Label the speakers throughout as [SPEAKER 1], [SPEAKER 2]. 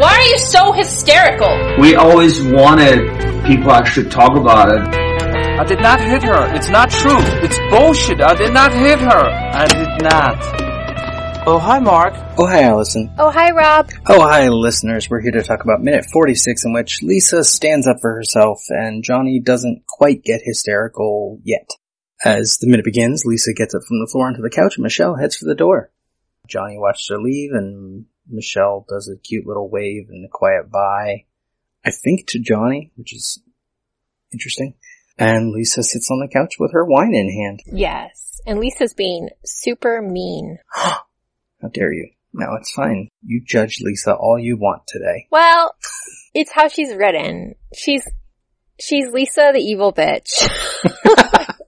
[SPEAKER 1] Why are you so hysterical?
[SPEAKER 2] We always wanted people actually talk about it.
[SPEAKER 3] I did not hit her. It's not true. It's bullshit. I did not hit her. I did not. Oh, hi, Mark.
[SPEAKER 4] Oh, hi, Allison.
[SPEAKER 5] Oh, hi, Rob.
[SPEAKER 4] Oh, hi, listeners. We're here to talk about minute 46 in which Lisa stands up for herself and Johnny doesn't quite get hysterical yet. As the minute begins, Lisa gets up from the floor onto the couch and Michelle heads for the door. Johnny watches her leave and Michelle does a cute little wave and a quiet bye, I think to Johnny, which is interesting. And Lisa sits on the couch with her wine in hand.
[SPEAKER 5] Yes. And Lisa's being super mean.
[SPEAKER 4] How dare you? No, it's fine. You judge Lisa all you want today.
[SPEAKER 5] Well, it's how she's written. She's, she's Lisa the evil bitch.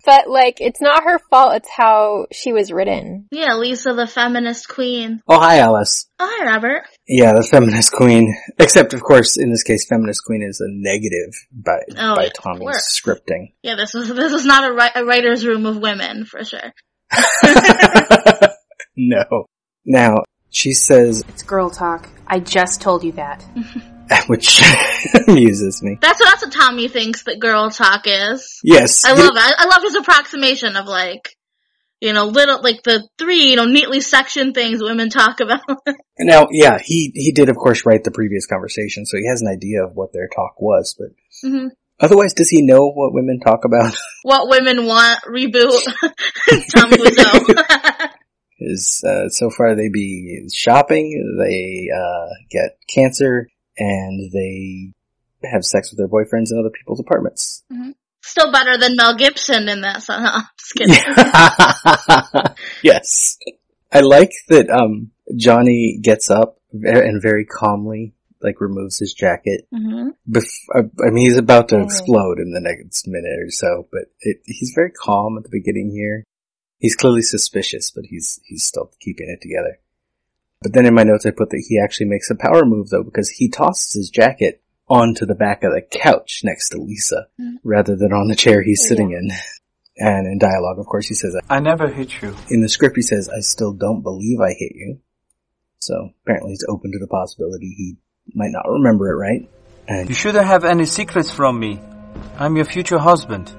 [SPEAKER 5] but like, it's not her fault. It's how she was written.
[SPEAKER 6] Yeah, Lisa, the feminist queen.
[SPEAKER 4] Oh, hi, Alice.
[SPEAKER 6] Oh, Hi, Robert.
[SPEAKER 4] Yeah, the feminist queen. Except, of course, in this case, feminist queen is a negative by,
[SPEAKER 6] Oh,
[SPEAKER 4] by
[SPEAKER 6] of
[SPEAKER 4] Tommy's
[SPEAKER 6] course.
[SPEAKER 4] scripting.
[SPEAKER 6] Yeah, this was this was not a, wri- a writer's room of women for sure.
[SPEAKER 4] no. Now, she says,
[SPEAKER 1] It's girl talk. I just told you that.
[SPEAKER 4] which amuses me.
[SPEAKER 6] That's what that's what Tommy thinks that girl talk is.
[SPEAKER 4] Yes.
[SPEAKER 6] I love it. I, I love his approximation of like, you know, little like the three you know neatly sectioned things women talk about.
[SPEAKER 4] Now, yeah, he, he did, of course, write the previous conversation, so he has an idea of what their talk was, but
[SPEAKER 6] Mhm.
[SPEAKER 4] otherwise, does he know what women talk about?
[SPEAKER 6] what women want reboot. Tom Wiseau.
[SPEAKER 4] is uh, so far they be shopping, they uh, get cancer, and they have sex with their boyfriends in other people's apartments.
[SPEAKER 6] Still better than Mel Gibson in that. So, no, just kidding.
[SPEAKER 4] yes, I like that. Um, Johnny gets up ve- and very calmly, like removes his jacket.
[SPEAKER 5] Mm-hmm.
[SPEAKER 4] Bef- I I mean, he's about to
[SPEAKER 5] Mhm.
[SPEAKER 4] explode in the next minute or so, but it, he's very calm at the beginning here. He's clearly suspicious, but he's he's still keeping it together. But then in my notes, I put that he actually makes a power move though, because he tosses his jacket onto the back of the couch next to Lisa, rather than on the chair he's sitting in. And in dialogue, of course, he says,
[SPEAKER 3] I never hit you.
[SPEAKER 4] in the script he says, I still don't believe I hit you. So apparently he's open to the possibility he might not remember it right. And
[SPEAKER 3] You shouldn't have any secrets from me. I'm your future husband.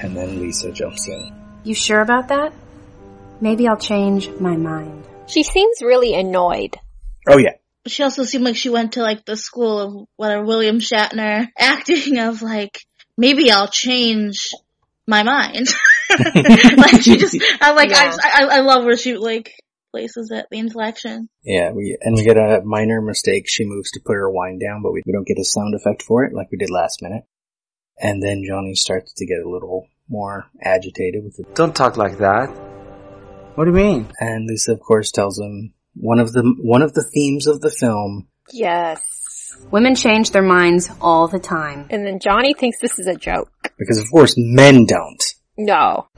[SPEAKER 4] And then Lisa jumps in.
[SPEAKER 1] You sure about that? Maybe I'll change my mind.
[SPEAKER 5] She seems really annoyed.
[SPEAKER 4] Oh yeah.
[SPEAKER 6] she also seemed like she went to like the school of whether William Shatner acting of like maybe I'll change my mind. like she just, I like
[SPEAKER 5] Yeah.
[SPEAKER 6] I, I I love where she like places it, the inflection.
[SPEAKER 4] Yeah, we and we get a minor mistake. She moves to put her wine down, but we, we don't get a sound effect for it like we did last minute. And then Johnny starts to get a little more agitated with it.
[SPEAKER 3] Don't talk like that. What do you mean?
[SPEAKER 4] And Lisa of course tells him one of the one of the themes of the film
[SPEAKER 5] Yes.
[SPEAKER 1] Women change their minds all the time.
[SPEAKER 5] And then Johnny thinks this is a joke.
[SPEAKER 4] because of course men don't,
[SPEAKER 5] No.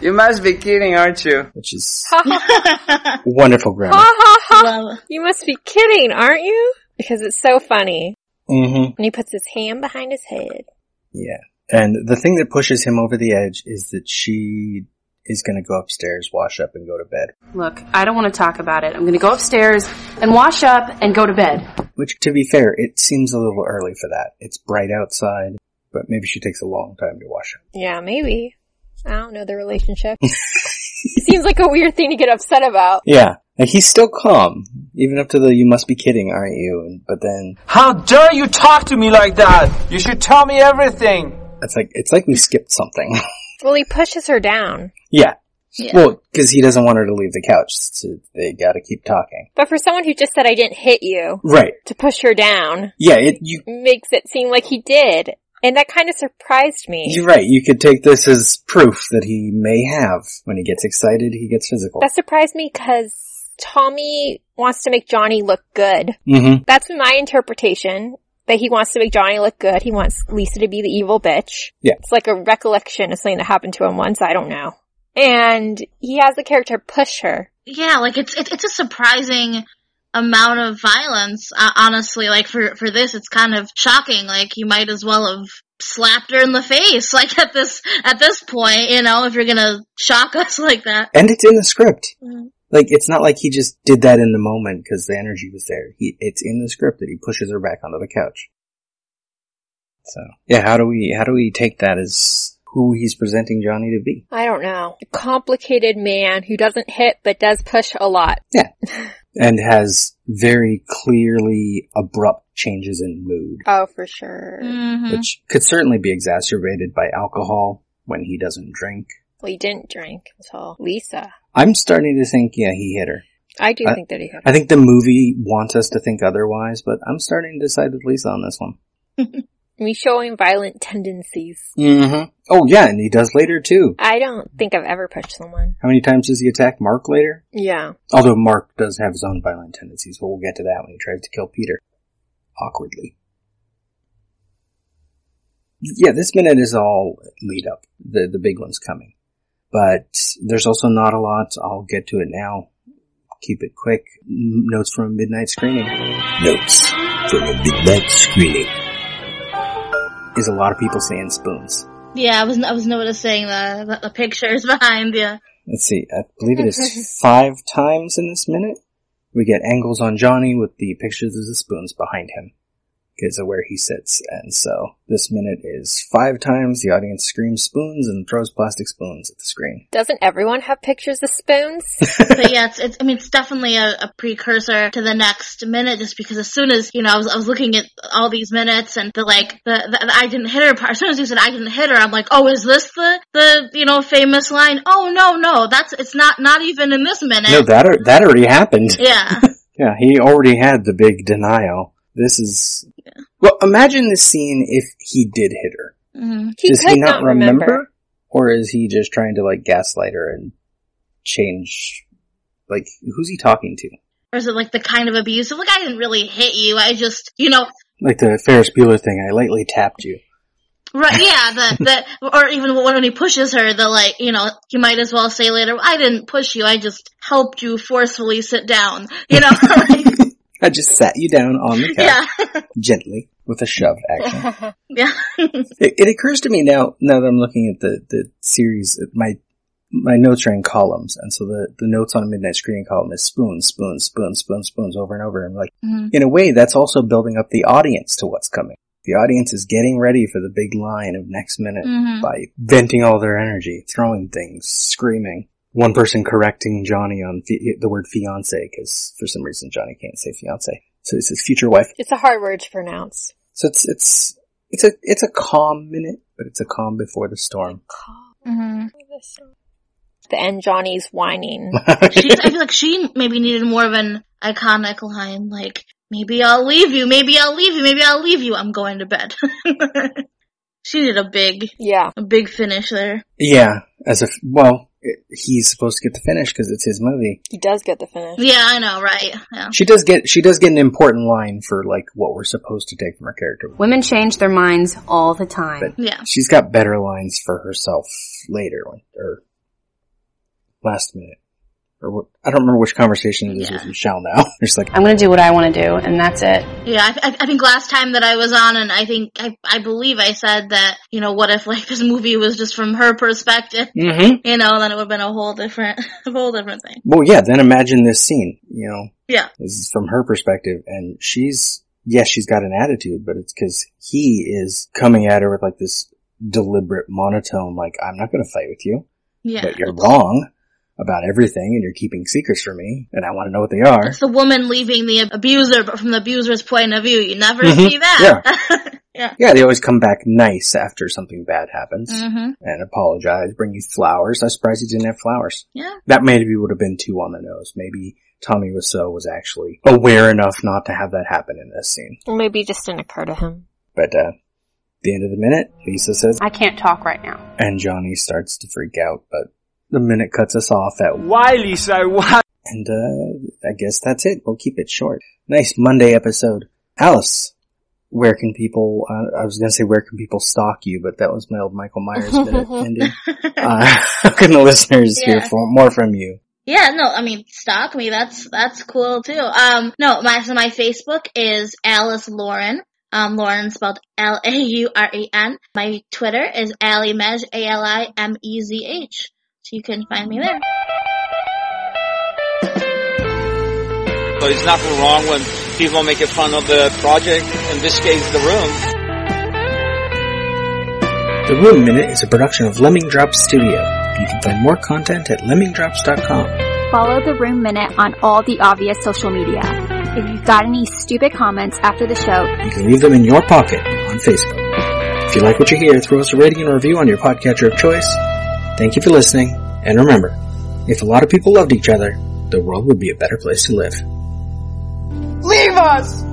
[SPEAKER 3] you must be kidding, aren't you?
[SPEAKER 4] which is
[SPEAKER 5] Ha ha
[SPEAKER 4] wonderful grammar.
[SPEAKER 5] ha ha.
[SPEAKER 6] Love.
[SPEAKER 5] You must be kidding, aren't you? Because it's so funny.
[SPEAKER 4] Mm-hmm.
[SPEAKER 5] And he puts his hand behind his head.
[SPEAKER 4] Yeah. And the thing that pushes him over the edge is that she is going to go upstairs, wash up, and go to bed.
[SPEAKER 1] Look, I don't want to talk about it. I'm going to go upstairs and wash up and go to bed.
[SPEAKER 4] Which, to be fair, it seems a little early for that. It's bright outside, but maybe she takes a long time to wash up.
[SPEAKER 5] Yeah, maybe. I don't know the relationship. Seems like a weird thing to get upset about.
[SPEAKER 4] Yeah. And he's still calm, even up to the "you must be kidding, aren't you?" And, but then
[SPEAKER 3] How dare you talk to me like that? You should tell me everything.
[SPEAKER 4] it's like it's like we skipped something.
[SPEAKER 5] Well, he pushes her down.
[SPEAKER 4] yeah.
[SPEAKER 6] Yeah.
[SPEAKER 4] Well, because he doesn't want her to leave the couch, so they got to keep talking.
[SPEAKER 5] But for someone who just said, I didn't hit you,
[SPEAKER 4] Right.
[SPEAKER 5] to push her down
[SPEAKER 4] Yeah. It you
[SPEAKER 5] makes it seem like he did. And that kind of surprised me.
[SPEAKER 4] You're right. You could take this as proof that he may have. When he gets excited, he gets physical.
[SPEAKER 5] That surprised me because Tommy wants to make Johnny look good.
[SPEAKER 4] Mm-hmm.
[SPEAKER 5] That's my interpretation. That he wants to make Johnny look good. He wants Lisa to be the evil bitch.
[SPEAKER 4] Yeah.
[SPEAKER 5] It's like a recollection of something that happened to him once. I don't know. And he has the character push her.
[SPEAKER 6] yeah, like it's it, it's a surprising amount of violence. Uh, honestly, like for for this, it's kind of shocking. Like you might as well have slapped her in the face. Like at this at this point, you know, if you're gonna shock us like that.
[SPEAKER 4] And it's in the script.
[SPEAKER 6] Mhm.
[SPEAKER 4] Like, it's not like he just did that in the moment because the energy was there. He, it's in the script that he pushes her back onto the couch. So, yeah, how do we, how do we take that as who he's presenting Johnny to be?
[SPEAKER 5] I don't know. A complicated man who doesn't hit but does push a lot.
[SPEAKER 4] And has very clearly abrupt changes in mood,
[SPEAKER 5] Oh, for sure.
[SPEAKER 6] hmm
[SPEAKER 4] which could certainly be exacerbated by alcohol when he doesn't drink.
[SPEAKER 5] Well, he didn't drink until Lisa.
[SPEAKER 4] I'm starting to think, yeah, he hit her.
[SPEAKER 5] I do
[SPEAKER 4] I-
[SPEAKER 5] think that he hit her.
[SPEAKER 4] I think the movie wants us to think otherwise, but I'm starting to decide with Lisa on this one.
[SPEAKER 5] We show him violent tendencies.
[SPEAKER 4] Mm-hmm. Oh yeah, and he does later too.
[SPEAKER 5] I don't think I've ever pushed someone.
[SPEAKER 4] How many times does he attack Mark later?
[SPEAKER 5] Yeah.
[SPEAKER 4] Although Mark does have his own violent tendencies, but we'll get to that when he tries to kill Peter. Awkwardly. Yeah, this minute is all lead up. The the big one's coming. But there's also not a lot. I'll get to it now. Keep it quick. M- Notes from a midnight screening. Notes from a midnight screening. Is a lot of people saying spoons.
[SPEAKER 6] Yeah, I was I was noticing the the, the pictures behind you.
[SPEAKER 4] Let's see, I believe it is five times in this minute. We get angles on Johnny with the pictures of the spoons behind him because of where he sits. And so this minute is five times the audience screams spoons and throws plastic spoons at the screen.
[SPEAKER 5] Doesn't everyone have pictures of spoons?
[SPEAKER 6] but yeah, it's, it's I mean it's definitely a, a precursor to the next minute, just because as soon as you know I was I was looking at all these minutes and the like the, the, the I didn't hit her part. As soon as you said I didn't hit her, I'm like, oh, is this the the you know famous line? Oh no, no, that's it's not not even in this minute.
[SPEAKER 4] No, that, ar- that already happened.
[SPEAKER 6] yeah,
[SPEAKER 4] Yeah, he already had the big denial. This is. Well, imagine this scene if he did hit her.
[SPEAKER 6] Mhm.
[SPEAKER 5] He
[SPEAKER 4] Does
[SPEAKER 5] could
[SPEAKER 4] he
[SPEAKER 5] not
[SPEAKER 4] not
[SPEAKER 5] remember.
[SPEAKER 4] remember? Or is he just trying to, like, gaslight her and change. Like, who's he talking to?
[SPEAKER 6] or is it like the kind of abuse? of, Like I didn't really hit you. I just you know
[SPEAKER 4] like the Ferris Bueller thing. I lightly tapped you.
[SPEAKER 6] Right, yeah, the, the, or even when he pushes her, the like, you know, you might as well say later, I didn't push you, I just helped you forcefully sit down, you know?
[SPEAKER 4] I just sat you down on the couch
[SPEAKER 6] yeah,
[SPEAKER 4] gently with a shove action.
[SPEAKER 6] yeah.
[SPEAKER 4] it, it occurs to me now, now that I'm looking at the the series, my my notes are in columns, and so the the notes on a midnight screening column is spoons, spoons, spoons, spoons, spoons over and over. And like
[SPEAKER 6] Mhm.
[SPEAKER 4] in a way, that's also building up the audience to what's coming. The audience is getting ready for the big line of next minute.
[SPEAKER 6] Mhm.
[SPEAKER 4] by venting all their energy, throwing things, screaming. One person correcting Johnny on fi- the word fiance because for some reason Johnny can't say fiance, so he says future wife.
[SPEAKER 5] It's a hard word to pronounce.
[SPEAKER 4] So it's it's it's a it's a calm minute, but it's a calm before the storm.
[SPEAKER 6] Mhm.
[SPEAKER 5] At Mm-hmm. The end, Johnny's whining.
[SPEAKER 6] She's, I feel like she maybe needed more of an iconic line, like, maybe I'll leave you, maybe I'll leave you, maybe I'll leave you, I'm going to bed. she did a big,
[SPEAKER 5] yeah.
[SPEAKER 6] a big finish there.
[SPEAKER 4] yeah, as if well, it, he's supposed to get the finish because it's his movie.
[SPEAKER 5] He does get the finish.
[SPEAKER 6] Yeah, I know, right? Yeah.
[SPEAKER 4] She does get she does get an important line for like what we're supposed to take from her character.
[SPEAKER 1] Women change their minds all the time.
[SPEAKER 4] But
[SPEAKER 6] Yeah.
[SPEAKER 4] she's got better lines for herself later, when- or last minute, or what, I don't remember which conversation it is with Michelle now. It's like,
[SPEAKER 1] I'm gonna do what I wanna do, and that's it.
[SPEAKER 6] Yeah, I, I, I think last time that I was on, and I think I, I believe I said that you know, what if like this movie was just from her perspective,
[SPEAKER 4] mm-hmm.
[SPEAKER 6] you know, then it would have been a whole different, a whole different thing.
[SPEAKER 4] well, yeah. Then imagine this scene. You know,
[SPEAKER 6] Yeah.
[SPEAKER 4] this is from her perspective, and she's yes, she's got an attitude, but it's because he is coming at her with like this deliberate monotone, like I'm not going to fight with you,
[SPEAKER 6] Yeah,
[SPEAKER 4] but you're wrong about everything, and you're keeping secrets from me, and I want to know what they are.
[SPEAKER 6] it's the woman leaving the abuser, but from the abuser's point of view, you never
[SPEAKER 4] Mhm,
[SPEAKER 6] see that. Yeah.
[SPEAKER 4] Yeah, they always come back nice after something bad happens.
[SPEAKER 6] hmm
[SPEAKER 4] and apologize, bring you flowers. I'm surprised he didn't have flowers.
[SPEAKER 6] Yeah.
[SPEAKER 4] That maybe would have been too on the nose. Maybe Tommy Wiseau was actually aware enough not to have that happen in this scene.
[SPEAKER 5] Maybe it just didn't occur to him.
[SPEAKER 4] But, uh, the end of the minute, Lisa says,
[SPEAKER 1] I can't talk right now.
[SPEAKER 4] and Johnny starts to freak out, but the minute cuts us off at,
[SPEAKER 3] Why, Lisa? Why?
[SPEAKER 4] And uh, I guess that's it. We'll keep it short. Nice Monday episode. Alice, where can people? Uh, I was going to say where can people stalk you, but that was my old Michael Myers minute ending. Uh, how can the listeners hear
[SPEAKER 6] Yeah.
[SPEAKER 4] for, more from you?
[SPEAKER 6] Yeah, no, I mean, stalk me. That's that's cool too. Um, no, my so my Facebook is Alice Lauren. Um, Lauren spelled L A U R E N. My Twitter is Ali Mej A L I M E Z H. So you can find me there.
[SPEAKER 7] So it's not wrong when people make fun of the project, in this case the room.
[SPEAKER 4] The Room Minute is a production of Lemming Drops Studio. You can find more content at lemmingdrops.com.
[SPEAKER 8] Follow the Room Minute on all the obvious social media. If you've got any stupid comments after the show,
[SPEAKER 4] You can leave them in your pocket on Facebook. If you like what you hear, throw us a rating and review on your podcatcher of choice. Thank you for listening, and remember, if a lot of people loved each other, the world would be a better place to live.
[SPEAKER 9] Leave us!